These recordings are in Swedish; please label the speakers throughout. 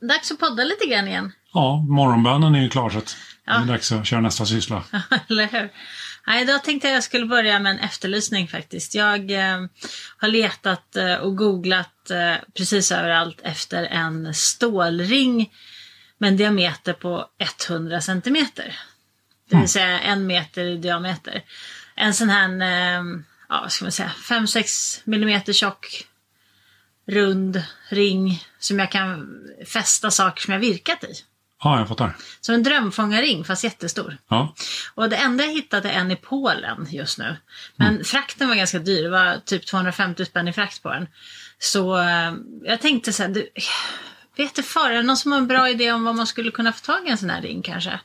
Speaker 1: dags att podda lite grann igen.
Speaker 2: Ja, morgonbönen är ju klarsatt.
Speaker 1: Ja.
Speaker 2: Det är dags att köra nästa syssla.
Speaker 1: Eller hur? Nej, då tänkte jag jag skulle börja med en efterlysning faktiskt. Jag eh, har letat eh, och googlat eh, precis överallt efter en stålring med en diameter på 100 centimeter. Det vill säga en meter i diameter. En sån här, eh, ja vad ska man säga, 5-6 millimeter tjock rund ring som jag kan fästa saker som jag virkat i.
Speaker 2: Ja, jag fattar.
Speaker 1: Som en drömfångarring fast jättestor.
Speaker 2: Ja.
Speaker 1: Och det enda jag hittade är en i Polen just nu. Men
Speaker 2: Mm.
Speaker 1: frakten var ganska dyr, det var typ 250 spänn i frakt på den. Så eh, jag tänkte så här, du, vet du för, är det någon som har en bra idé om vad man skulle kunna få tag i en sån här ring kanske?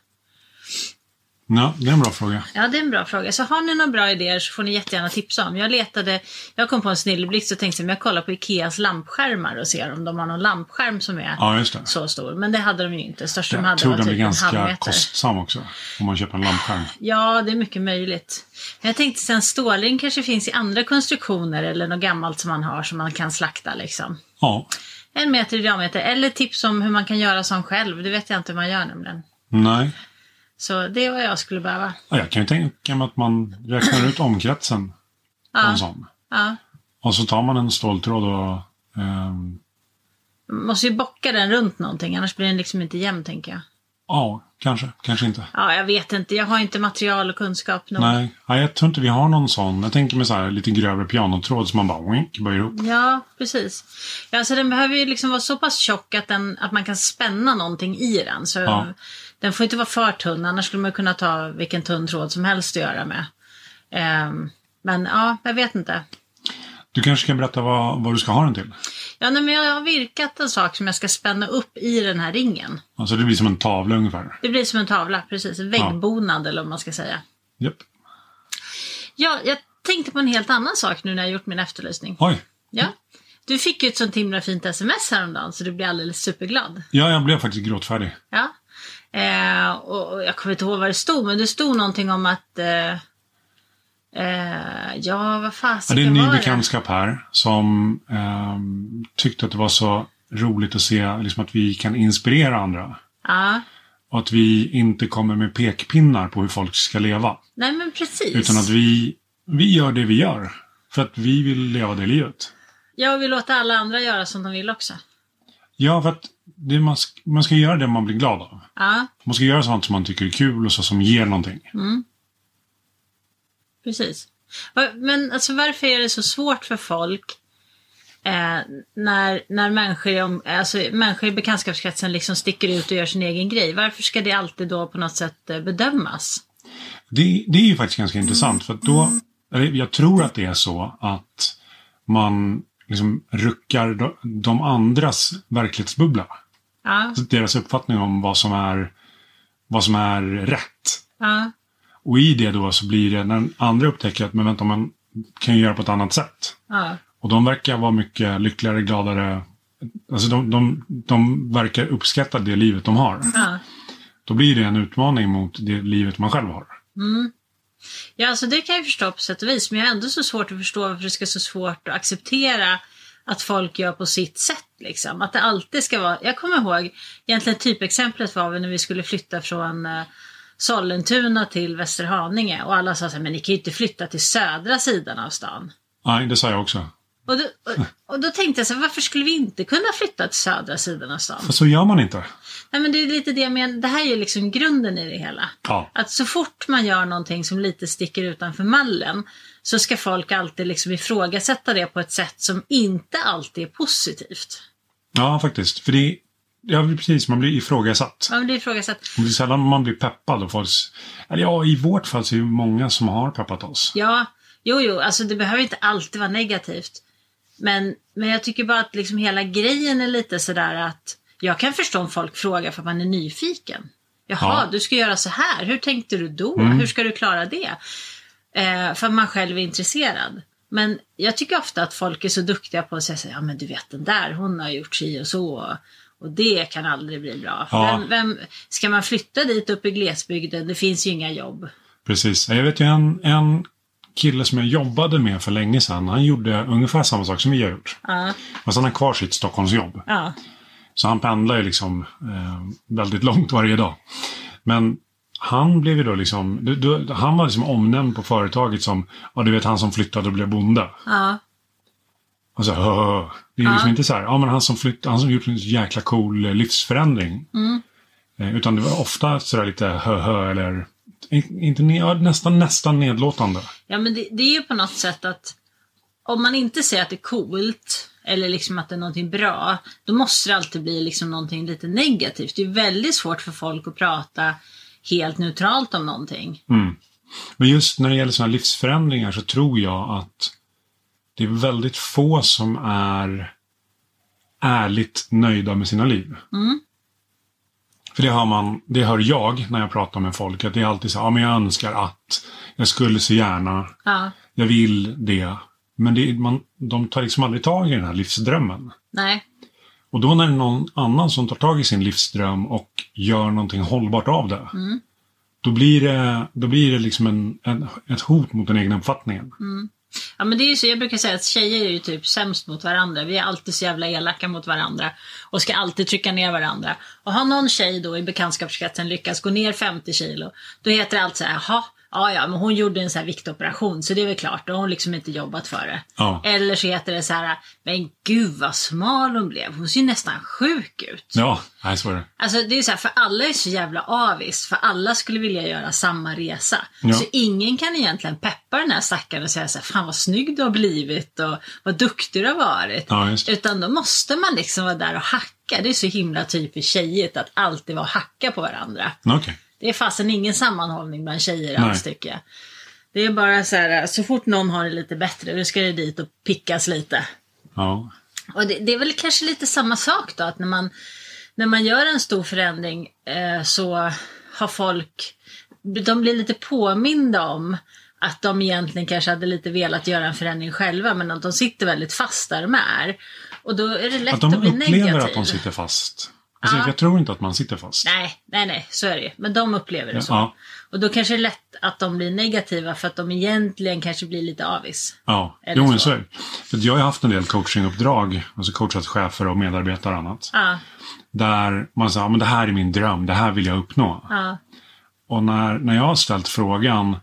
Speaker 2: ja, det är en bra fråga.
Speaker 1: Ja, det är en bra fråga. Så har ni några bra idéer så får ni jättegärna tipsa om. Jag letade, jag kom på en snilleblixt och tänkte att jag kollar på Ikeas lampskärmar och ser om de har någon lampskärm som är
Speaker 2: Ja, just det.
Speaker 1: så stor. Men det hade de ju inte. Störst de
Speaker 2: Jag
Speaker 1: hade
Speaker 2: tror
Speaker 1: var
Speaker 2: den blir
Speaker 1: typ en halv
Speaker 2: ganska
Speaker 1: meter.
Speaker 2: kostsam också. Om man köper en lampskärm.
Speaker 1: Ja, det är mycket möjligt. Men jag tänkte sen stålring kanske finns i andra konstruktioner eller något gammalt som man har som man kan slakta liksom.
Speaker 2: Ja.
Speaker 1: En meter i diameter eller tips om hur man kan göra sån själv. Det vet jag inte hur man gör nämligen.
Speaker 2: Nej.
Speaker 1: Så det är vad jag skulle behöva.
Speaker 2: Ja, jag kan ju tänka mig att man räknar ut omkretsen på en sån.
Speaker 1: Ja.
Speaker 2: Och så tar man en ståltråd och... ehm,
Speaker 1: Man måste ju bocka den runt någonting annars blir den liksom inte jämn tänker jag.
Speaker 2: ja, kanske. Kanske inte.
Speaker 1: Ja, jag vet inte. Jag har inte material och kunskap nog.
Speaker 2: Nej. Nej, jag tror inte vi har någon sån. Jag tänker mig så här lite grövre pianotråd som man bara wink, böjer ihop.
Speaker 1: Ja, precis. Ja, så den behöver ju liksom vara så pass tjock att, den, att man kan spänna någonting i den. Så
Speaker 2: Ja.
Speaker 1: Den får inte vara för tunn, annars skulle man kunna ta vilken tunn tråd som helst att göra med. Ehm, men ja, jag vet inte.
Speaker 2: Du kanske kan berätta vad, vad du ska ha den till?
Speaker 1: Ja, nej, men jag har virkat en sak som jag ska spänna upp i den här ringen.
Speaker 2: Alltså det blir som en tavla ungefär.
Speaker 1: Det blir som en tavla, precis. En Väggbonad eller vad man ska säga.
Speaker 2: Japp.
Speaker 1: Ja, jag tänkte på en helt annan sak nu när jag gjort min efterlysning.
Speaker 2: Oj.
Speaker 1: Ja. Du fick ju ett sånt himla fint sms häromdagen så du blev alldeles superglad.
Speaker 2: Ja, jag blev faktiskt gråtfärdig.
Speaker 1: Ja. Eh, och och jag kommer inte ihåg vad det stod, men det stod någonting om att... Eh, eh, ja, vad
Speaker 2: Ja,
Speaker 1: fasiken
Speaker 2: det är en
Speaker 1: var
Speaker 2: ny
Speaker 1: det?
Speaker 2: bekantskap här som ehm, tyckte att det var så roligt att se liksom, att vi kan inspirera andra.
Speaker 1: Ja.
Speaker 2: Och att vi inte kommer med pekpinnar på hur folk ska leva.
Speaker 1: Nej, men precis.
Speaker 2: Utan att vi, vi gör det vi gör. För att vi vill leva det livet.
Speaker 1: Jag vill låta alla andra göra som de vill också.
Speaker 2: Ja, för att det, man, ska, man ska göra det man blir glad av.
Speaker 1: Ja,
Speaker 2: Man ska göra sånt som man tycker är kul och så som ger någonting.
Speaker 1: precis. Va- Men alltså, varför är det så svårt för folk eh, när, när människor, i om, alltså, människor i bekantskapskretsen liksom sticker ut och gör sin egen grej? Varför ska det alltid då på något sätt eh, bedömas?
Speaker 2: Det, det är ju faktiskt ganska intressant för att då, eller jag tror att det är så att man liksom ruckar de- de andras verklighetsbubbla.
Speaker 1: Ja,
Speaker 2: Alltså deras uppfattning om vad som är, vad som är rätt.
Speaker 1: ja,
Speaker 2: Och i det då så blir det när den andra upptäcker att men vänta, man kan ju göra på ett annat sätt.
Speaker 1: ja.
Speaker 2: Och de verkar vara mycket lyckligare, gladare. Alltså de, de, de verkar uppskatta det livet de har.
Speaker 1: ja.
Speaker 2: Då blir det en utmaning mot det livet man själv har.
Speaker 1: Ja, alltså det kan jag förstå på sätt och vis, men jag har ändå så svårt att förstå varför det ska vara så svårt att acceptera att folk gör på sitt sätt. Liksom. Att det alltid ska vara... Jag kommer ihåg, egentligen typexemplet var väl när vi skulle flytta från eh, Sollentuna till Västerhaninge och alla sa så här, men ni kan ju inte flytta till södra sidan av stan.
Speaker 2: Nej, det sa jag också.
Speaker 1: Och då, och, och då tänkte jag så här, varför skulle vi inte kunna flytta till södra sidan av stan?
Speaker 2: För så Alltså, gör man inte.
Speaker 1: Nej, men det är lite det jag menar, det här är ju liksom grunden i det hela.
Speaker 2: Ja.
Speaker 1: Att så fort man gör någonting som lite sticker utanför mallen så ska folk alltid liksom ifrågasätta det på ett sätt som inte alltid är positivt.
Speaker 2: Ja, faktiskt. För det är, ja, precis, man blir ifrågasatt.
Speaker 1: Man blir ifrågasatt.
Speaker 2: Det är sällan man blir peppad och folk... Eller ja, i vårt fall så är det många som har peppat oss.
Speaker 1: Ja, jo, jo, alltså det behöver inte alltid vara negativt. Men, men jag tycker bara att liksom hela grejen är lite sådär att jag kan förstå om folk frågar för att man är nyfiken. Jaha,
Speaker 2: Ja. Mm.
Speaker 1: du ska göra så här. Hur tänkte du då? Hur ska du klara det? Eh, för att man själv är intresserad. Men jag tycker ofta att folk är så duktiga på att säga så här, ja men du vet den där, hon har gjort si och så. Och det kan aldrig bli bra. För
Speaker 2: Ja.
Speaker 1: Vem, vem, ska man flytta dit upp i glesbygden? Det finns ju inga jobb.
Speaker 2: Precis. Jag vet ju en, en kille som jag jobbade med för länge sedan. Han gjorde ungefär samma sak som vi har gjort.
Speaker 1: Ja,
Speaker 2: Fast han har kvar sitt Stockholmsjobb.
Speaker 1: ja,
Speaker 2: Så han pendlar ju liksom eh, väldigt långt varje dag. Men han blev ju då liksom, du, du, han var liksom omnämnd på företaget som, ja du vet han som flyttade och blev bonde.
Speaker 1: Ja.
Speaker 2: Och så, "Hö, hö, hö." det är liksom inte så här, ja men han som flytt, han som gjort en jäkla cool eh, livsförändring. Eh, Utan det var ofta sådär lite hö hö eller in- inte, ne- ja, nästan, nästan nedlåtande.
Speaker 1: Ja, men det, det är ju på något sätt att om man inte säger att det är coolt eller liksom att det är någonting bra, då måste det alltid bli liksom någonting lite negativt. Det är väldigt svårt för folk att prata helt neutralt om någonting.
Speaker 2: Men just när det gäller sådana livsförändringar så tror jag att det är väldigt få som är ärligt nöjda med sina liv. För det hör, man, det hör jag när jag pratar med folk, att det är alltid så här, ja men jag önskar att, jag skulle så gärna,
Speaker 1: Ja,
Speaker 2: jag vill det. Men det, man, de tar liksom aldrig tag i den här livsdrömmen.
Speaker 1: nej,
Speaker 2: Och då när det är någon annan som tar tag i sin livsdröm och gör någonting hållbart av det.
Speaker 1: Mm.
Speaker 2: Då blir det, då blir det liksom en, en, ett hot mot den egna uppfattningen.
Speaker 1: Mm. Ja men det är ju så, jag brukar säga att tjejer är ju typ sämst mot varandra. Vi är alltid så jävla elaka mot varandra och ska alltid trycka ner varandra. Och har någon tjej då i bekantskapskretsen lyckats gå ner 50 kilo, då heter det alltid så här, jaha, ja ja, men hon gjorde en så här viktoperation så det är väl klart, då har hon liksom inte jobbat för det.
Speaker 2: Ja.
Speaker 1: Eller så heter det så här, men gud vad smal hon blev, hon ser ju nästan sjuk ut.
Speaker 2: Ja, nej så är det.
Speaker 1: Alltså det är ju så här, för alla är så jävla avis, för alla skulle vilja göra samma resa.
Speaker 2: Ja.
Speaker 1: Så ingen kan egentligen peppa den här stackaren och säga så här, fan vad snygg du har blivit och vad duktig du har varit.
Speaker 2: Ja, just det.
Speaker 1: Utan då måste man liksom vara där och hacka. Det är så himla typiskt tjejigt att alltid vara och hacka på varandra.
Speaker 2: Okej.
Speaker 1: Det är fasen ingen sammanhållning bland tjejer
Speaker 2: Nej.
Speaker 1: alls tycker jag. Det är bara så här, så fort någon har det lite bättre, då ska det dit och pickas lite.
Speaker 2: Ja.
Speaker 1: Och det, det är väl kanske lite samma sak då, att när man, när man gör en stor förändring eh, så har folk, de blir lite påminda om att de egentligen kanske hade lite velat göra en förändring själva men att de sitter väldigt fast där de är. Och då är det lätt
Speaker 2: Att
Speaker 1: att,
Speaker 2: de
Speaker 1: bli
Speaker 2: upplever
Speaker 1: negativ.
Speaker 2: att de sitter fast. Alltså,
Speaker 1: Ja.
Speaker 2: Jag tror inte att man sitter fast.
Speaker 1: Nej, nej, nej, så är det ju. Men de upplever det så.
Speaker 2: Ja,
Speaker 1: Och då kanske det är lätt att de blir negativa för att de egentligen kanske blir lite avis.
Speaker 2: ja.
Speaker 1: Eller
Speaker 2: jo men
Speaker 1: så.
Speaker 2: så är det. För att jag har haft en del coachinguppdrag, alltså coachat chefer och medarbetare och annat.
Speaker 1: Ja,
Speaker 2: Där man sa, "Ja, men det här är min dröm, det här vill jag uppnå.
Speaker 1: ja,
Speaker 2: Och när, när jag har ställt frågan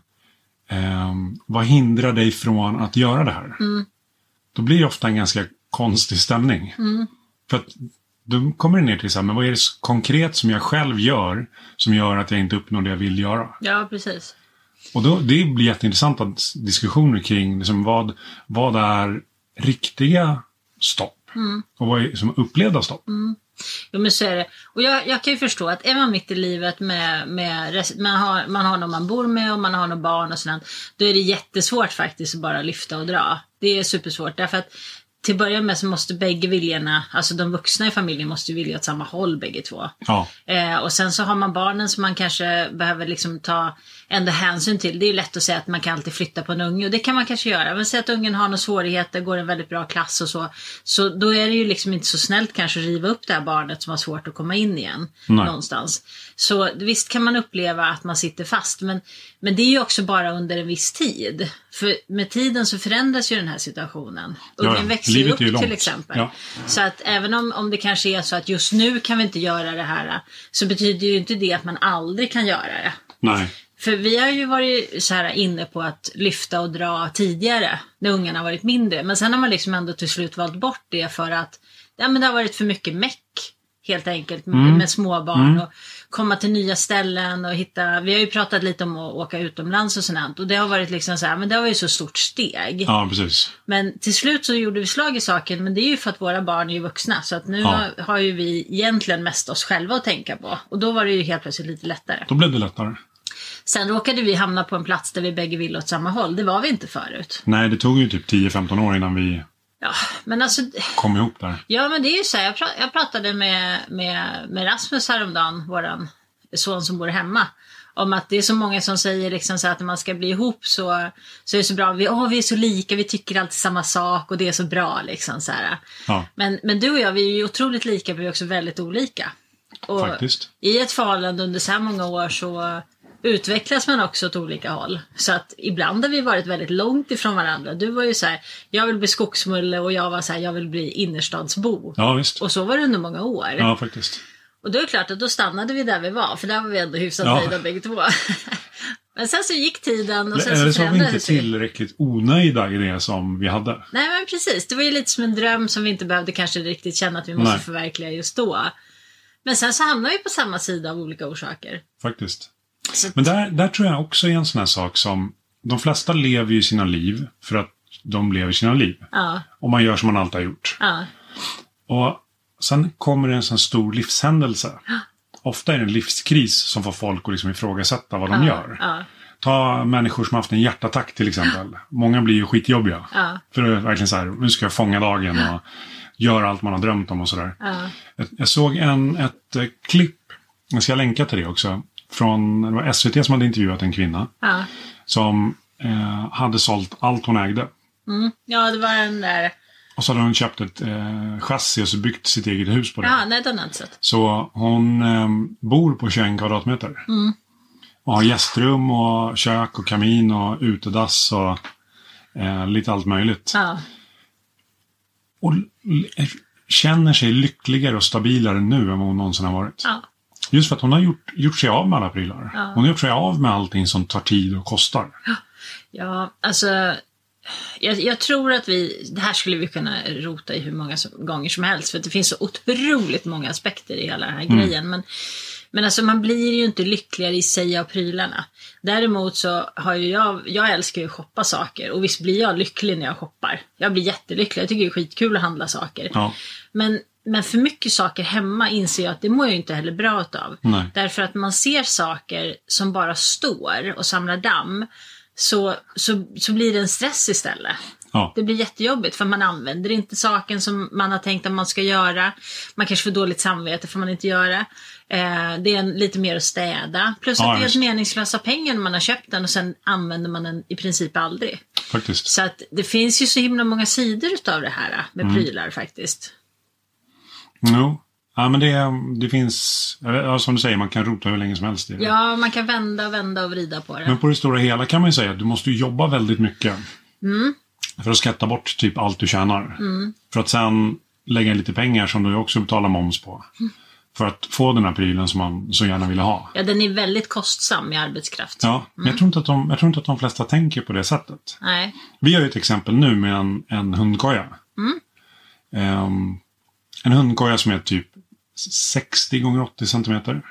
Speaker 2: ehm, vad hindrar dig från att göra det här? Då blir det ofta en ganska konstig stämning. För att då kommer det ner till så här, men vad är det s- konkret som jag själv gör som gör att jag inte uppnår det jag vill göra?
Speaker 1: ja precis.
Speaker 2: Och då, det blir jätteintressanta s- diskussioner kring liksom vad, vad är riktiga stopp? Och vad är som upplevda stopp?
Speaker 1: Jo men så är det. Och jag, jag kan ju förstå att är man mitt i livet med, med res- man, har, man har någon man bor med och man har några barn och sådant. Då är det jättesvårt faktiskt att bara lyfta och dra. Det är supersvårt därför att till att börja med så måste bägge viljorna, alltså de vuxna i familjen måste ju vilja åt samma håll bägge två.
Speaker 2: Ja,
Speaker 1: Eh, och sen så har man barnen som man kanske behöver liksom ta ändå hänsyn till. Det är ju lätt att säga att man kan alltid flytta på en unge och det kan man kanske göra. Men säg att ungen har några svårigheter, går i en väldigt bra klass och så. Så då är det ju liksom inte så snällt kanske att riva upp det här barnet som har svårt att komma in igen
Speaker 2: Nej.
Speaker 1: någonstans. Så visst kan man uppleva att man sitter fast men, men det är ju också bara under en viss tid. För med tiden så förändras ju den här situationen.
Speaker 2: ja.
Speaker 1: Ungen växer ju
Speaker 2: Livet
Speaker 1: upp
Speaker 2: är ju långt.
Speaker 1: till exempel.
Speaker 2: Ja.
Speaker 1: Så att även om, om det kanske är så att just nu kan vi inte göra det här, så betyder ju inte det att man aldrig kan göra det.
Speaker 2: Nej.
Speaker 1: För vi har ju varit så här inne på att lyfta och dra tidigare, när ungarna har varit mindre. Men sen har man liksom ändå till slut valt bort det för att ja, men det har varit för mycket meck. Helt enkelt med,
Speaker 2: Mm.
Speaker 1: med småbarn och komma till nya ställen och hitta. Vi har ju pratat lite om att åka utomlands och sånt. Och det har varit liksom så här, men det var ju så stort steg.
Speaker 2: Ja, precis.
Speaker 1: Men till slut så gjorde vi slag i saken, men det är ju för att våra barn är ju vuxna. Så att nu
Speaker 2: Ja.
Speaker 1: har, har ju vi egentligen mest oss själva att tänka på. Och då var det ju helt plötsligt lite lättare.
Speaker 2: Då blev det lättare.
Speaker 1: Sen råkade vi hamna på en plats där vi bägge ville åt samma håll. Det var vi inte förut.
Speaker 2: Nej, det tog ju typ 10-15 år innan vi
Speaker 1: Ja, men alltså,
Speaker 2: kom ihop där.
Speaker 1: ja men det är ju så här, jag, pra, jag pratade med, med, med Rasmus häromdagen, våran son som bor hemma. Om att det är så många som säger liksom så här att när man ska bli ihop så, så är det så bra, vi, åh vi är så lika, vi tycker alltid samma sak och det är så bra liksom så här.
Speaker 2: Ja,
Speaker 1: Men, men du och jag, vi är ju otroligt lika men vi är också väldigt olika. Och
Speaker 2: faktiskt.
Speaker 1: I ett förhållande under så här många år så, utvecklas man också åt olika håll. Så att ibland har vi varit väldigt långt ifrån varandra. Du var ju så här, jag vill bli skogsmulle och jag var så här, jag vill bli innerstadsbo.
Speaker 2: Ja, visst.
Speaker 1: Och så var det under många år.
Speaker 2: Ja, faktiskt.
Speaker 1: Och då är det klart att då stannade vi där vi var, för där var vi ändå hyfsat
Speaker 2: Ja.
Speaker 1: nöjda bägge två. men sen så gick tiden och sen
Speaker 2: Eller
Speaker 1: så
Speaker 2: så var vi inte
Speaker 1: förändrades vi.
Speaker 2: tillräckligt onöjda i det som vi hade.
Speaker 1: Nej men precis, det var ju lite som en dröm som vi inte behövde kanske riktigt känna att vi måste
Speaker 2: Nej.
Speaker 1: förverkliga just då. Men sen så hamnar vi på samma sida av olika orsaker.
Speaker 2: Faktiskt.
Speaker 1: Så-
Speaker 2: Men där, där tror jag också är en sån här sak som... De flesta lever ju sina liv för att de lever sina liv.
Speaker 1: Ja,
Speaker 2: Och man gör som man alltid har gjort.
Speaker 1: ja,
Speaker 2: Och sen kommer det en sån stor livshändelse. Ofta är det en livskris som får folk att liksom ifrågasätta vad de gör.
Speaker 1: ja,
Speaker 2: Ta människor som haft en hjärtattack till exempel. Många blir ju skitjobbiga.
Speaker 1: Ja.
Speaker 2: För det är verkligen så här, nu ska jag fånga dagen och göra allt man har drömt om och sådär.
Speaker 1: ja,
Speaker 2: Jag- Jag såg en, ett eh, klipp, jag ska länka till det också, från det var SVT som hade intervjuat en kvinna
Speaker 1: ja.
Speaker 2: som eh, hade sålt allt hon ägde.
Speaker 1: Mm. Ja, det var den där.
Speaker 2: Och så hade hon köpt ett eh, chassi och så byggt sitt eget hus på det.
Speaker 1: Ja, nej den har jag inte sett.
Speaker 2: Så hon eh, bor på 21 kvadratmeter.
Speaker 1: Mm.
Speaker 2: Och har gästrum och kök och kamin och utedass och eh, lite allt möjligt.
Speaker 1: Ja,
Speaker 2: Och l- eh, känner sig lyckligare och stabilare nu än vad hon någonsin har varit.
Speaker 1: ja,
Speaker 2: Just för att hon har gjort, gjort sig av med alla prylar.
Speaker 1: Ja.
Speaker 2: Hon har gjort sig av med allting som tar tid och kostar.
Speaker 1: ja alltså. Jag, jag tror att vi, det här skulle vi kunna rota i hur många som, gånger som helst för att det finns så otroligt många aspekter i hela den här grejen. Men, men alltså man blir ju inte lyckligare i sig av prylarna. Däremot så har ju jag, jag älskar ju att shoppa saker och visst blir jag lycklig när jag shoppar. Jag blir jättelycklig, jag tycker det är skitkul att handla saker.
Speaker 2: Ja,
Speaker 1: Men, men för mycket saker hemma inser jag att det mår jag ju inte heller bra utav.
Speaker 2: Nej.
Speaker 1: Därför att man ser saker som bara står och samlar damm så, så, så blir det en stress istället.
Speaker 2: ja,
Speaker 1: Det blir jättejobbigt för man använder inte saken som man har tänkt att man ska göra. Man kanske får dåligt samvete för man inte gör det. Eh, det är en, lite mer att städa. Plus
Speaker 2: Ja,
Speaker 1: att det är
Speaker 2: just.
Speaker 1: helt meningslösa pengar när man har köpt den och sen använder man den i princip aldrig.
Speaker 2: faktiskt.
Speaker 1: Så att det finns ju så himla många sidor utav det här eh,
Speaker 2: Mm.
Speaker 1: med prylar faktiskt.
Speaker 2: Jo. Ja, men det, det finns, ja, som du säger, man kan rota hur länge som helst i det.
Speaker 1: Ja, man kan vända, vända och vrida på det.
Speaker 2: Men på det stora hela kan man ju säga att du måste ju jobba väldigt mycket.
Speaker 1: Mm.
Speaker 2: För att skatta bort typ allt du tjänar. För att sen lägga in lite pengar som du också betalar moms på.
Speaker 1: Mm.
Speaker 2: För att få den här prylen som man så gärna ville ha.
Speaker 1: Ja, den är väldigt kostsam i arbetskraft.
Speaker 2: Ja, men
Speaker 1: Mm.
Speaker 2: jag tror, inte att de, jag tror inte att de flesta tänker på det sättet.
Speaker 1: Nej.
Speaker 2: Vi har ju ett exempel nu med en, en hundkoja.
Speaker 1: Mm.
Speaker 2: Ehm, en hundkoja som är typ 60 gånger 80 centimeter.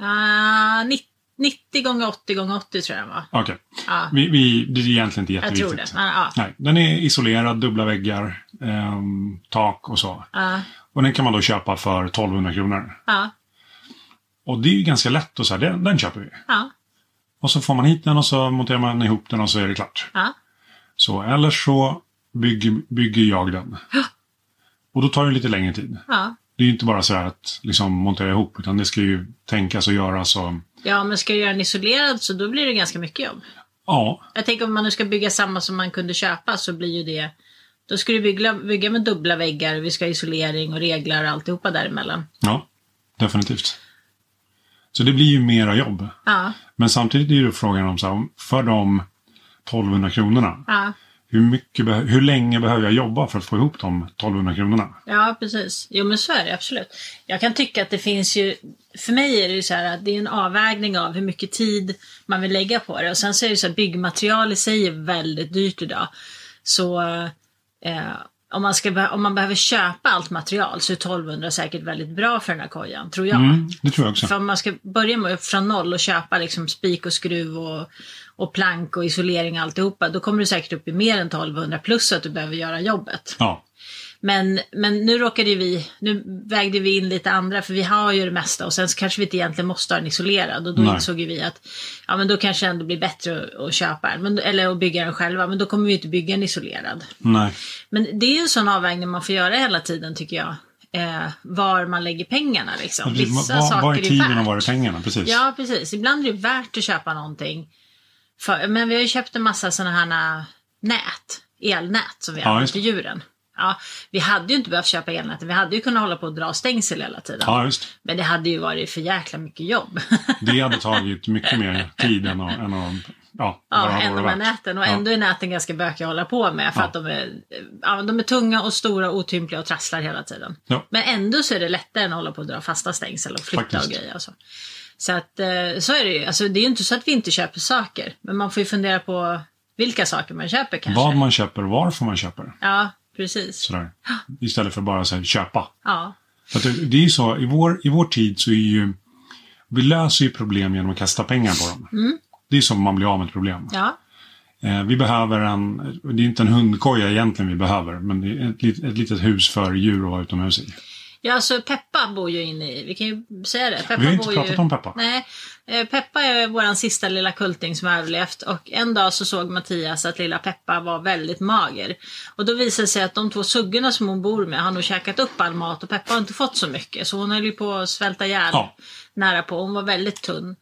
Speaker 1: Ah, nitt- 90 gånger 80 gånger 80 tror jag den var.
Speaker 2: Okej,
Speaker 1: Ja,
Speaker 2: vi, vi, det är egentligen inte
Speaker 1: jag
Speaker 2: jätteviktigt.
Speaker 1: tror det. Men, ja,
Speaker 2: Nej, den är isolerad, dubbla väggar, ehm, tak och så.
Speaker 1: ja,
Speaker 2: Och den kan man då köpa för 1200 kronor.
Speaker 1: ja,
Speaker 2: Och det är ju ganska lätt att säga, den, den köper vi.
Speaker 1: ja,
Speaker 2: Och så får man hit den och så monterar man ihop den och så är det klart.
Speaker 1: ja,
Speaker 2: Så, eller så bygger, bygger jag den. Och då tar det lite längre tid.
Speaker 1: ja.
Speaker 2: Det är ju inte bara så här att liksom montera ihop, utan det ska ju tänkas och göras och...
Speaker 1: Ja, men ska du göra den isolerad så då blir det ganska mycket jobb.
Speaker 2: Ja,
Speaker 1: Jag tänker om man nu ska bygga samma som man kunde köpa så blir ju det... Då ska du bygga, bygga med dubbla väggar, vi ska ha isolering och reglar och alltihopa däremellan.
Speaker 2: ja, definitivt. Så det blir ju mera jobb.
Speaker 1: Ja,
Speaker 2: Men samtidigt är ju frågan om så här, om- för de 1200 kronorna,
Speaker 1: ja,
Speaker 2: hur, mycket beh- hur länge behöver jag jobba för att få ihop de 1200 kronorna?
Speaker 1: Ja, precis. Jo, men så är det absolut. Jag kan tycka att det finns ju, för mig är det ju så här att det är en avvägning av hur mycket tid man vill lägga på det. Och sen så är det ju så här, byggmaterial i sig är väldigt dyrt idag. Så eh, om, man ska, be- om man behöver köpa allt material så är 1200 säkert väldigt bra för den här kojan, tror jag.
Speaker 2: Mm, det tror jag också.
Speaker 1: För om man ska börja med från noll och köpa liksom spik och skruv och, och plank och isolering och alltihopa, då kommer du säkert upp i mer än 1200 plus att du behöver göra jobbet.
Speaker 2: Ja,
Speaker 1: Men, men nu råkade ju vi, nu vägde vi in lite andra för vi har ju det mesta och sen så kanske vi inte egentligen måste ha den isolerad och då
Speaker 2: Nej.
Speaker 1: insåg ju vi att ja men då kanske det ändå blir bättre att, att köpa den, men, eller att bygga den själva, men då kommer vi ju inte bygga den isolerad.
Speaker 2: nej.
Speaker 1: Men det är ju en sån avvägning man får göra hela tiden tycker jag. Eh, var man lägger pengarna liksom. Vissa
Speaker 2: Vad
Speaker 1: saker
Speaker 2: vad är tiden
Speaker 1: värt.
Speaker 2: och vad är pengarna? Precis.
Speaker 1: Ja, precis. Ibland är det värt att köpa någonting. För, men vi har ju köpt en massa sådana här äh, nät, elnät som vi
Speaker 2: Ja,
Speaker 1: använder
Speaker 2: just
Speaker 1: till djuren. ja, vi hade ju inte behövt köpa elnätet. Vi hade ju kunnat hålla på och dra stängsel hela tiden.
Speaker 2: Ja, just
Speaker 1: Men det hade ju varit för jäkla mycket jobb.
Speaker 2: det. hade tagit mycket mer tid än att, än att ja,
Speaker 1: Ja,
Speaker 2: vara
Speaker 1: än
Speaker 2: vår
Speaker 1: de här
Speaker 2: vakt.
Speaker 1: näten. Och
Speaker 2: Ja.
Speaker 1: ändå är näten ganska bökiga att hålla på med. För
Speaker 2: Ja.
Speaker 1: att de är, ja, men de är tunga och stora, otympliga och trasslar hela tiden.
Speaker 2: Ja.
Speaker 1: Men ändå så är det lättare än att hålla på och dra fasta stängsel och flytta och
Speaker 2: Faktiskt.
Speaker 1: grejer och så. Så att eh, så är det ju. Alltså, det är ju inte så att vi inte köper saker. Men man får ju fundera på vilka saker man köper kanske.
Speaker 2: Vad man köper och varför man köper.
Speaker 1: Ja, precis.
Speaker 2: Sådär. Istället för bara så här, köpa.
Speaker 1: Ja,
Speaker 2: För att det, det är ju så, i vår, i vår tid så är ju... Vi löser ju problem genom att kasta pengar på dem.
Speaker 1: Mm.
Speaker 2: Det är som man blir av med ett problem.
Speaker 1: ja,
Speaker 2: Eh, vi behöver en... Det är inte en hundkoja egentligen vi behöver, men det är ett, lit- ett litet hus för djur att vara utomhus i.
Speaker 1: Ja, alltså Peppa bor ju inne i, vi kan ju säga det. Peppa
Speaker 2: Vi har inte
Speaker 1: bor
Speaker 2: pratat
Speaker 1: ju,
Speaker 2: om Peppa.
Speaker 1: Nej, eh, Peppa är våran sista lilla kulting som har överlevt och en dag så såg Mattias att lilla Peppa var väldigt mager. Och då visade det sig att de två suggorna som hon bor med har nog käkat upp all mat och Peppa har inte fått så mycket så hon höll ju på att svälta ihjäl
Speaker 2: Ja.
Speaker 1: nära på. Hon var väldigt tunn.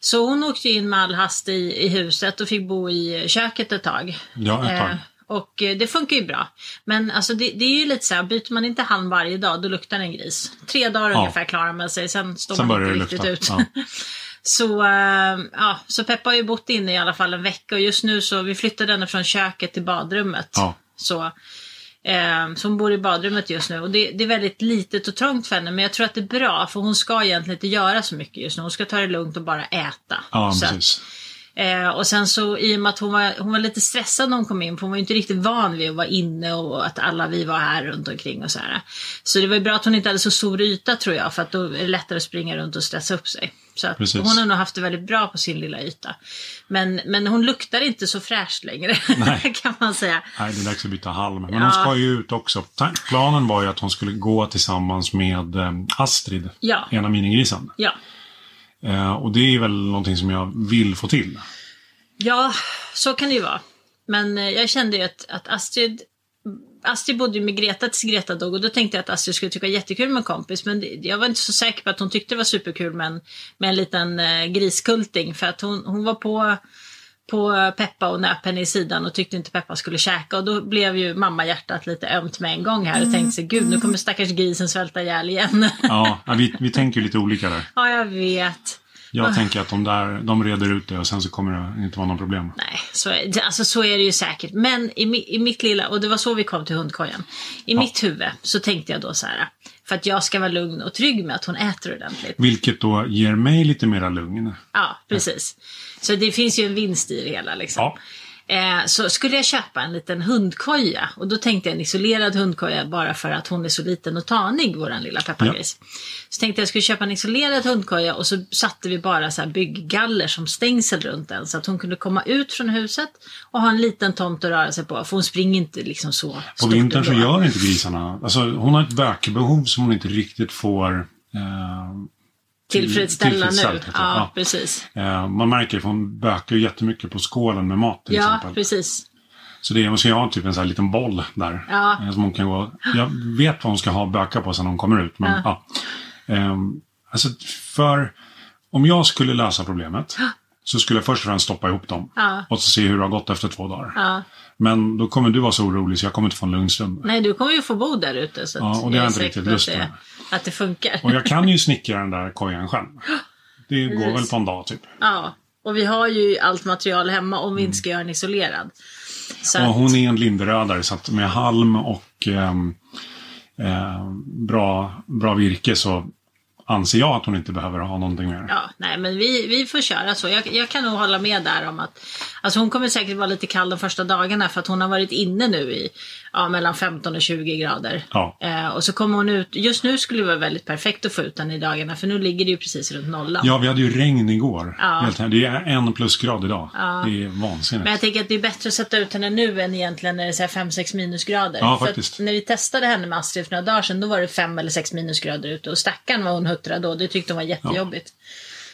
Speaker 1: Så hon åkte in med all hast i, i huset och fick bo i köket ett tag.
Speaker 2: Ja, ett tag.
Speaker 1: Eh, och eh, det funkar ju bra. Men alltså det, det är ju lite så här, byter man inte hand varje dag då luktar en gris. Tre dagar
Speaker 2: Ja.
Speaker 1: ungefär klarar man sig, sen står
Speaker 2: Sen
Speaker 1: man
Speaker 2: börjar
Speaker 1: inte
Speaker 2: det
Speaker 1: riktigt
Speaker 2: lukta.
Speaker 1: ut.
Speaker 2: Ja.
Speaker 1: Så, eh, ja, så Peppa har ju bott inne i alla fall en vecka och just nu så vi flyttade henne från köket till badrummet.
Speaker 2: Ja.
Speaker 1: Så, eh, så hon bor i badrummet just nu och det, det är väldigt litet och trångt för henne men jag tror att det är bra för hon ska egentligen inte göra så mycket just nu. Hon ska ta det lugnt och bara äta.
Speaker 2: Ja,
Speaker 1: Så att-
Speaker 2: precis.
Speaker 1: Eh, och sen så i och med att hon var, hon var lite stressad när hon kom in, för hon var ju inte riktigt van vid att vara inne och att alla vi var här runt omkring och så här. Så det var ju bra att hon inte hade så stor yta tror jag, för att då är det lättare att springa runt och stressa upp sig. Så att
Speaker 2: Precis.
Speaker 1: hon har nog haft det väldigt bra på sin lilla yta. Men, men hon luktar inte så fräscht längre,
Speaker 2: Nej.
Speaker 1: kan man säga.
Speaker 2: Nej, det är dags att byta halm. Men
Speaker 1: Ja.
Speaker 2: hon ska ju ut också. Ta- Planen var ju att hon skulle gå tillsammans med eh, Astrid,
Speaker 1: Ja.
Speaker 2: ena minigrisen.
Speaker 1: Ja.
Speaker 2: Eh, och det är väl någonting som jag vill få till.
Speaker 1: Ja, så kan det ju vara. Men eh, jag kände ju att, att Astrid, Astrid bodde ju med Greta tills Greta dog och då tänkte jag att Astrid skulle tycka jättekul med en kompis. Men det- jag var inte så säker på att hon tyckte det var superkul med en, med en liten eh, griskulting. För att hon, hon var på, på Peppa och nöp henne i sidan och tyckte inte Peppa skulle käka. Och då blev ju mamma hjärtat lite ömt med en gång här och tänkte sig gud nu kommer stackars grisen svälta ihjäl igen.
Speaker 2: Ja, ja, vi, vi tänker ju lite olika där.
Speaker 1: ja, jag vet.
Speaker 2: Jag
Speaker 1: Ah.
Speaker 2: tänker att de där, de reder ut det och sen så kommer det inte vara något problem.
Speaker 1: Nej, så, är- alltså, så är det ju säkert. Men i, mi- i mitt lilla, och det var så vi kom till hundkojan. I mitt huvud så tänkte jag då så här, för att jag ska vara lugn och trygg med att hon äter ordentligt.
Speaker 2: Vilket då ger mig lite mera lugn.
Speaker 1: Ja, precis. Så det finns ju en vinst i det hela liksom.
Speaker 2: Ja,
Speaker 1: Eh, så skulle jag köpa en liten hundkoja och då tänkte jag en isolerad hundkoja bara för att hon är så liten och tanig, våran lilla pappagris. Så tänkte jag skulle köpa en isolerad hundkoja och så satte vi bara så här bygggaller som stängsel runt den så att hon kunde komma ut från huset och ha en liten tomt att röra sig på för hon springer inte liksom så
Speaker 2: på
Speaker 1: stort
Speaker 2: vintern så
Speaker 1: ändå.
Speaker 2: gör inte grisarna... Alltså hon har ett bökebehov som hon inte riktigt får... Eh,
Speaker 1: Tillfredsställa nu.
Speaker 2: tillfredsställt,
Speaker 1: Ja,
Speaker 2: heter det. Ja.
Speaker 1: precis.
Speaker 2: eh, man märker ju, för hon bökar ju jättemycket på skålen med mat till
Speaker 1: Ja,
Speaker 2: exempel.
Speaker 1: precis.
Speaker 2: Så det är, hon ska ju ha typ en sån här liten boll där.
Speaker 1: Ja.
Speaker 2: eh, Som hon kan gå. Jag vet vad hon ska ha och böka på sen hon kommer ut. Men, ja. Ehm, alltså, för om jag skulle lösa problemet så skulle jag först och främst stoppa ihop dem.
Speaker 1: Ja.
Speaker 2: Och så se hur det har gått efter två dagar.
Speaker 1: Ja.
Speaker 2: Men då kommer du vara så orolig så jag kommer inte få en lugn stund.
Speaker 1: Nej, du kommer ju få bo där ute så att
Speaker 2: Ja, och det
Speaker 1: jag är
Speaker 2: har jag inte
Speaker 1: säker
Speaker 2: riktigt
Speaker 1: på att
Speaker 2: lust
Speaker 1: det-
Speaker 2: med.
Speaker 1: Att det funkar.
Speaker 2: Och jag kan ju snickra den där kojan själv. Det går
Speaker 1: Precis.
Speaker 2: väl på en dag typ.
Speaker 1: Ja, och vi har ju allt material hemma om vi inte ska göra den isolerad. Så
Speaker 2: Och
Speaker 1: att,
Speaker 2: Mm. hon är en linderödare så att med halm och ehm, ehm, bra, bra virke så anser jag att hon inte behöver ha någonting mer.
Speaker 1: ja, nej, men vi, vi får köra så. Jag, jag kan nog hålla med där om att alltså hon kommer säkert vara lite kall de första dagarna för att hon har varit inne nu i ja, mellan 15 och 20 grader.
Speaker 2: Ja.
Speaker 1: Eh, och så kommer hon ut. Just nu skulle det vara väldigt perfekt att få ut henne i dagarna för nu ligger det ju precis runt nollan.
Speaker 2: Ja, vi hade ju regn igår.
Speaker 1: Ja.
Speaker 2: Helt här. Det är en plusgrad idag. Det är vansinnigt.
Speaker 1: Men jag tänker att det är bättre att sätta ut henne nu än egentligen när det är 5-6 minusgrader.
Speaker 2: Ja,
Speaker 1: För att
Speaker 2: faktiskt.
Speaker 1: När vi testade henne med Astrid för några dagar sedan då var det 5 eller 6 minusgrader ute och stackaren vad hon huttrade då. Det tyckte hon var jättejobbigt.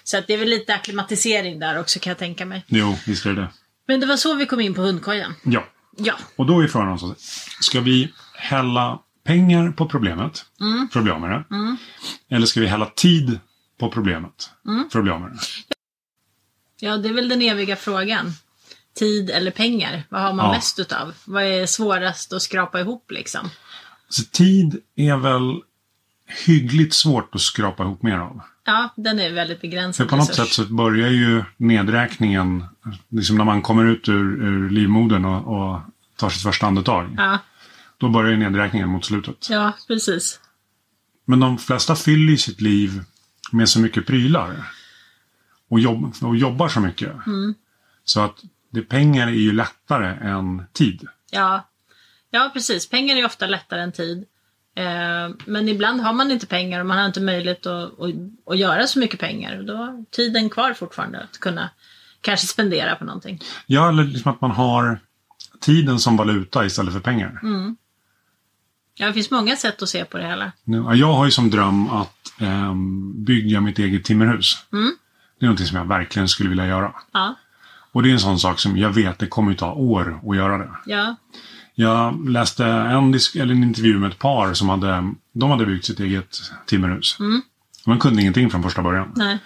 Speaker 1: Så att det är väl lite akklimatisering där också kan jag tänka mig.
Speaker 2: Jo, visst är det det.
Speaker 1: Men det var så vi kom in på hundkojan.
Speaker 2: Ja.
Speaker 1: Ja,
Speaker 2: Och då är frågan om så Ska vi hälla pengar på problemet
Speaker 1: Mm.
Speaker 2: för att bli av med det? Eller ska vi hälla tid
Speaker 1: Mm.
Speaker 2: på problemet för att bli av med det?
Speaker 1: ja det är väl den eviga frågan. tid eller pengar? Vad har man
Speaker 2: Ja.
Speaker 1: mest utav? Vad är svårast att skrapa ihop liksom?
Speaker 2: Så tid är väl hyggligt svårt att skrapa ihop mer av.
Speaker 1: Ja, den är väldigt
Speaker 2: För
Speaker 1: begränsad.
Speaker 2: på något
Speaker 1: resurs.
Speaker 2: sätt så börjar ju nedräkningen, liksom när man kommer ut ur, ur livmodern och, och tar sitt första andetag.
Speaker 1: Ja,
Speaker 2: Då börjar ju nedräkningen mot slutet.
Speaker 1: ja, precis.
Speaker 2: Men de flesta fyller ju sitt liv med så mycket prylar. Och, jobb, och jobbar så mycket. Så att det, pengar är ju lättare än tid.
Speaker 1: Ja. ja, precis. Pengar är ofta lättare än tid. Eh, Men ibland har man inte pengar och man har inte möjlighet att, att, att göra så mycket pengar. Och Då har tiden kvar fortfarande att kunna kanske spendera på någonting.
Speaker 2: Ja, eller liksom att man har tiden som valuta istället för pengar.
Speaker 1: Ja, det finns många sätt att se på det hela.
Speaker 2: Nu, ja, Jag har ju som dröm att ehm, bygga mitt eget timmerhus. Det är någonting som jag verkligen skulle vilja göra.
Speaker 1: Ja,
Speaker 2: Och det är en sån sak som jag vet, det kommer ju ta år att göra det.
Speaker 1: ja,
Speaker 2: Jag läste en, disk- eller en intervju med ett par som hade, de hade byggt sitt eget timmerhus. De kunde ingenting från första början.
Speaker 1: nej.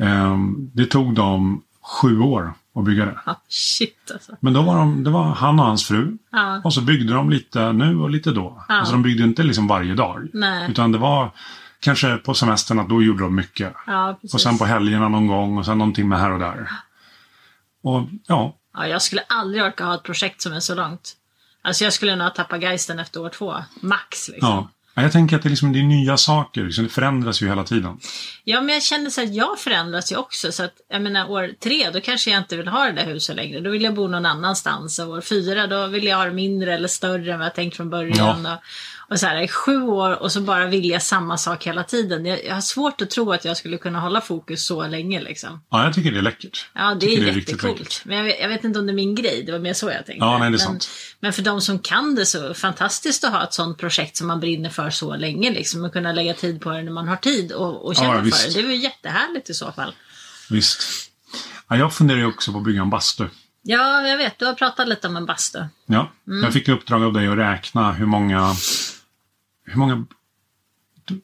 Speaker 2: Ehm, det tog dem sju år att bygga det.
Speaker 1: Ja, shit alltså.
Speaker 2: Men då var de, det var han och hans fru.
Speaker 1: Ja,
Speaker 2: Och så byggde de lite nu och lite då.
Speaker 1: Ja.
Speaker 2: Alltså de byggde inte liksom varje dag.
Speaker 1: Nej.
Speaker 2: Utan det var kanske på semestern att då gjorde de mycket.
Speaker 1: ja precis.
Speaker 2: Och sen på helgerna någon gång och sen någonting med här och där. Och ja,
Speaker 1: Ja, jag skulle aldrig orka ha ett projekt som är så långt. Alltså jag skulle nog ha tappat geisten efter år två, max liksom.
Speaker 2: ja. Ja, Jag tänker att det, är liksom, det är nya saker, liksom, det förändras ju hela tiden.
Speaker 1: Ja, men jag känner så att jag förändras ju också. Så att, jag menar, år tre, då kanske jag inte vill ha det där huset längre. Då vill jag bo någon annanstans. Och år fyra, då vill jag ha det mindre eller större än vad jag tänkt från början. Och, och så här, i sju år och så bara vilja samma sak hela tiden. Jag, jag har svårt att tro att jag skulle kunna hålla fokus så länge liksom.
Speaker 2: Ja, jag tycker det är läckert.
Speaker 1: Ja, det
Speaker 2: Tycker
Speaker 1: är
Speaker 2: det är riktigt
Speaker 1: jättecoolt.
Speaker 2: vackert.
Speaker 1: Men jag vet, jag vet inte om det är min grej, det var mer så jag tänkte.
Speaker 2: Ja, nej, det är
Speaker 1: men,
Speaker 2: sant.
Speaker 1: men för de som kan det så är det fantastiskt att ha ett sånt projekt som man brinner för så länge. Liksom, och kunna lägga tid på det när man har tid och, och känna
Speaker 2: Ja,
Speaker 1: för
Speaker 2: visst.
Speaker 1: det. Det var ju jättehärligt i så fall.
Speaker 2: Visst. Ja, jag funderar ju också på att bygga en bastu.
Speaker 1: Ja, jag vet. Du har pratat lite om en bastu.
Speaker 2: Ja. Jag fick i uppdrag av dig att räkna hur många... Hur många...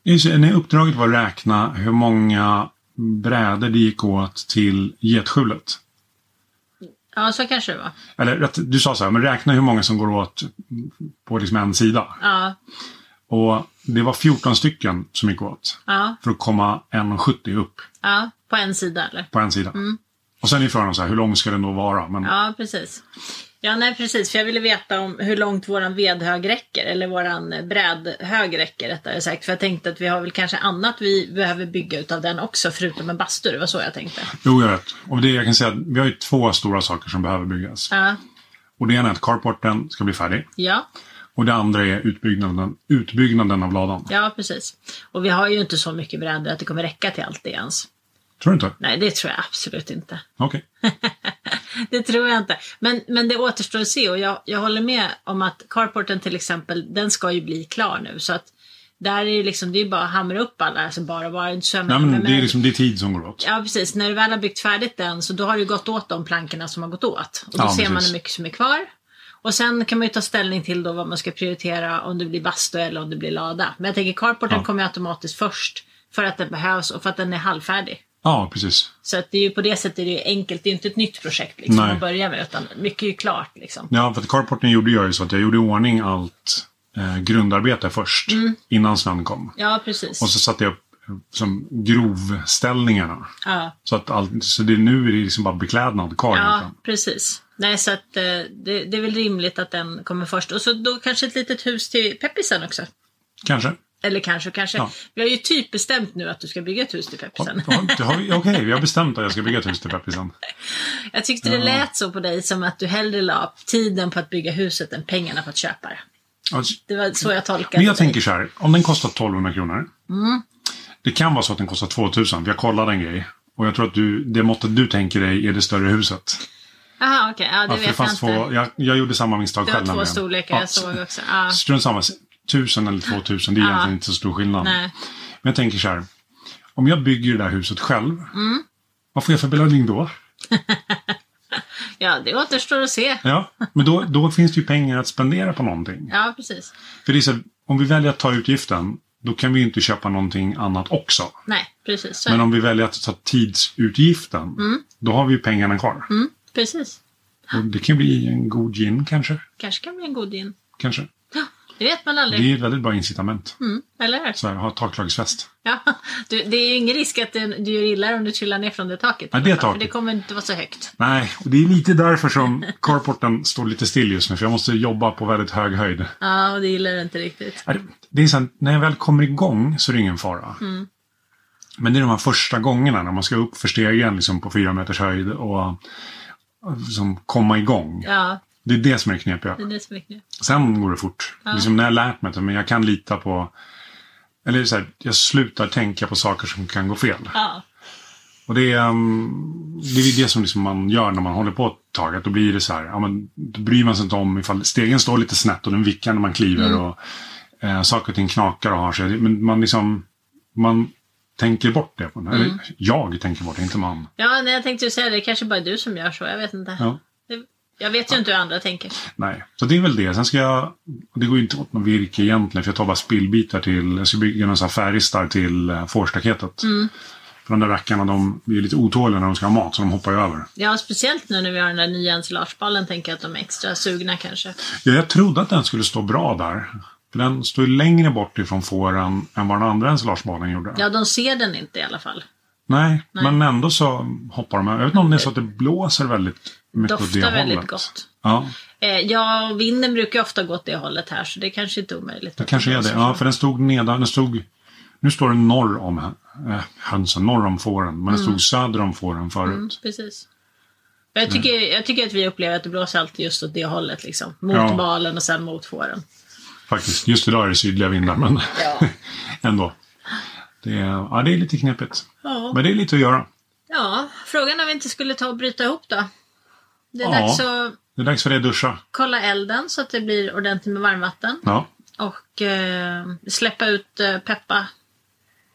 Speaker 2: Just det, Nej, uppdraget var att räkna hur många brädor det gick åt till getskjulet.
Speaker 1: Ja, så kanske det var.
Speaker 2: Eller rätt, du sa så här, men räkna hur många som går åt på liksom en sida.
Speaker 1: Ja,
Speaker 2: Och det var 14 stycken som gick åt.
Speaker 1: ja,
Speaker 2: För att komma 1,70 upp
Speaker 1: ja. På en sida eller?
Speaker 2: på en sida. Och sen är frågan så här, hur lång ska den då vara? Men,
Speaker 1: Ja, precis. Ja, nej precis. För jag ville veta om hur långt våran vedhög räcker. Eller våran brädhög räcker rättare sagt. För jag tänkte att vi har väl kanske annat vi behöver bygga utav den också. Förutom en bastu. Det var så jag tänkte.
Speaker 2: Jo, jag vet. Och det jag kan säga, att vi har ju två stora saker som behöver byggas.
Speaker 1: Ja,
Speaker 2: Och det ena är att carporten ska bli färdig.
Speaker 1: ja,
Speaker 2: Och det andra är utbyggnaden, utbyggnaden av ladan.
Speaker 1: ja precis. Och vi har ju inte så mycket brädor att det kommer räcka till allt det ens.
Speaker 2: Tror du inte?
Speaker 1: Nej, det tror jag absolut inte.
Speaker 2: Okej.
Speaker 1: Det tror jag inte. Men, men det återstår att se och jag, jag håller med om att carporten till exempel, den ska ju bli klar nu. Så att där är ju liksom, det är ju bara att hamra upp alla, alltså bara bara. inte så jag
Speaker 2: Nej,
Speaker 1: menar,
Speaker 2: men
Speaker 1: men-
Speaker 2: det är liksom det är tid som går åt.
Speaker 1: Ja precis, när du väl har byggt färdigt den så då har du gått åt de plankorna som har gått åt. Och då
Speaker 2: Ja,
Speaker 1: ser man
Speaker 2: precis.
Speaker 1: hur mycket som är kvar. Och sen kan man ju ta ställning till då vad man ska prioritera om det blir bastu eller om det blir lada. Men jag tänker carporten
Speaker 2: Ja.
Speaker 1: kommer ju automatiskt först. För att den behövs och för att den är halvfärdig.
Speaker 2: Ja, precis.
Speaker 1: Så att det är ju på det sättet är det ju enkelt. Det är ju inte ett nytt projekt liksom,
Speaker 2: Nej.
Speaker 1: att börja med. Utan mycket är ju klart liksom.
Speaker 2: Ja, för att carporten gjorde jag ju så att jag gjorde i ordning allt eh, grundarbete först.
Speaker 1: Mm.
Speaker 2: Innan snön kom.
Speaker 1: Ja, precis.
Speaker 2: Och så satte jag upp eh, som grovställningarna.
Speaker 1: Ja,
Speaker 2: Så att allt, så det, är- nu är det liksom bara beklädnad kvar
Speaker 1: ja
Speaker 2: egentligen.
Speaker 1: precis. Nej, så att eh, det, det är väl rimligt att den kommer först. Och så då kanske ett litet hus till peppisen också.
Speaker 2: Kanske.
Speaker 1: Eller kanske, kanske.
Speaker 2: Ja.
Speaker 1: Vi har ju typ bestämt nu att du ska bygga ett hus till peppisen.
Speaker 2: Ja, det har vi- Okej, vi har bestämt att jag ska bygga ett hus till Peppisen.
Speaker 1: Jag tyckte det lät så på dig som att du hellre la tiden på att bygga huset än pengarna på att köpa det.
Speaker 2: Alltså,
Speaker 1: Det var så jag tolkade
Speaker 2: Men jag
Speaker 1: dig.
Speaker 2: tänker så här, om den kostar 1200 kronor. Det kan vara så att den kostar 2000, för jag kollade en grej. Och jag tror att du, det måttet du tänker dig är det större huset.
Speaker 1: Jaha, okej. Ja, det
Speaker 2: Att det
Speaker 1: vet jag inte.
Speaker 2: fanns två, jag, jag gjorde samma misstag
Speaker 1: Det
Speaker 2: själv
Speaker 1: var två
Speaker 2: nämligen.
Speaker 1: storlekar jag såg också. Ja,
Speaker 2: Strunt samma, 1000 eller 2000, det är egentligen inte så stor skillnad.
Speaker 1: nej.
Speaker 2: Men jag tänker så här, om jag bygger det där huset själv,
Speaker 1: Mm.
Speaker 2: vad får jag för belöning då?
Speaker 1: ja, det återstår att se.
Speaker 2: Ja, men då, då finns det ju pengar att spendera på någonting.
Speaker 1: Ja, precis.
Speaker 2: För det är så, här, om vi väljer att ta utgiften, då kan vi ju inte köpa någonting annat också.
Speaker 1: Nej, precis. Så.
Speaker 2: Men om vi väljer att ta tidsutgiften, då har vi ju pengarna kvar.
Speaker 1: Mm, precis.
Speaker 2: Och det kan bli en god gin kanske.
Speaker 1: Kanske kan bli en god gin.
Speaker 2: kanske.
Speaker 1: Ja, Det vet man
Speaker 2: Det
Speaker 1: aldrig.
Speaker 2: är ett väldigt bra incitament.
Speaker 1: Mm, eller hur?
Speaker 2: Så här, ha taklagsfest.
Speaker 1: Ja, du, det är ju ingen risk att du, du gör illa om du trillar ner från det taket.
Speaker 2: Ja, det
Speaker 1: För
Speaker 2: taket.
Speaker 1: det kommer inte vara så högt.
Speaker 2: Nej, och det är lite därför som carporten står lite still just nu. För jag måste jobba på väldigt hög höjd.
Speaker 1: Ja, och det gillar du inte riktigt.
Speaker 2: Är det- Det är så här, när jag väl kommer igång så är det ingen fara.
Speaker 1: Mm.
Speaker 2: Men det är de här första gångerna när man ska upp för stegen liksom, på fyra meters höjd och eh, liksom, komma igång.
Speaker 1: Ja,
Speaker 2: Det är det som är det knepiga.
Speaker 1: det är det som är knepigt.
Speaker 2: Sen går det fort. Liksom när jag lärt mig att men jag kan lita på... Eller så här, jag slutar tänka på saker som kan gå fel.
Speaker 1: Ja,
Speaker 2: Och det är, um, det är ju det som liksom man gör när man håller på ett tag. Att då blir det så här, ja, men, då bryr man sig inte om ifall stegen står lite snett och den vickar när man kliver och eh, saker och ting knakar och har sig. Men man liksom, man tänker bort det. Eller jag tänker bort det, inte man.
Speaker 1: ja nej, jag tänkte ju säga det. kanske bara är du som gör så. Jag vet inte.
Speaker 2: Ja,
Speaker 1: Det, jag vet ju inte hur andra tänker.
Speaker 2: nej. Så det är väl det. Sen ska jag, och det går ju inte åt något virke egentligen för jag tar bara spillbitar till, jag ska bygga några så här färgstar till eh, fårstaketet.
Speaker 1: Mm.
Speaker 2: För de där rackarna de är lite otåliga när de ska ha mat så de hoppar ju över.
Speaker 1: Ja, speciellt nu när vi har den där nya ensilageballen tänker jag att de är extra sugna kanske.
Speaker 2: Ja, jag trodde att den skulle stå bra där. För den står ju längre bort ifrån fåren än vad den andra ensilagebalen gjorde.
Speaker 1: Ja, de ser den inte i alla fall.
Speaker 2: Nej, men ändå så hoppar de. Jag vet inte om det är så att det blåser väldigt mycket åt det
Speaker 1: Doftar väldigt
Speaker 2: hållet.
Speaker 1: gott.
Speaker 2: Ja,
Speaker 1: Eh, ja, vinden brukar ju ofta gå åt det hållet här så det kanske inte är omöjligt.
Speaker 2: det kanske är det. Ja, för den stod nedan. Den stod, nu står den norr om äh, hönsen, norr om fåren. Men den stod söder om fåren förut.
Speaker 1: Mm, precis. Jag tycker, jag tycker att vi upplever att det blåser alltid just åt det hållet. Liksom. Mot
Speaker 2: Ja.
Speaker 1: balen och sen mot fåren.
Speaker 2: Faktiskt, just idag är det sydliga vindar, men
Speaker 1: Ja.
Speaker 2: ändå. Det är, ja, det är lite knepigt.
Speaker 1: Ja.
Speaker 2: Men det är lite att göra.
Speaker 1: ja, frågan är om vi inte skulle ta och bryta ihop då. Det är
Speaker 2: Ja.
Speaker 1: dags att
Speaker 2: Det är dags för dig att duscha.
Speaker 1: kolla elden så att det blir ordentligt med varmvatten.
Speaker 2: Ja,
Speaker 1: Och eh, släppa ut eh, Peppa.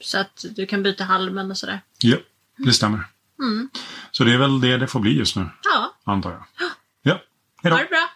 Speaker 1: Så att du kan byta halmen och sådär.
Speaker 2: Ja, det stämmer.
Speaker 1: Mm.
Speaker 2: Så det är väl det det får bli just nu,
Speaker 1: Ja,
Speaker 2: antar jag. Ja, hej då.
Speaker 1: ha det bra!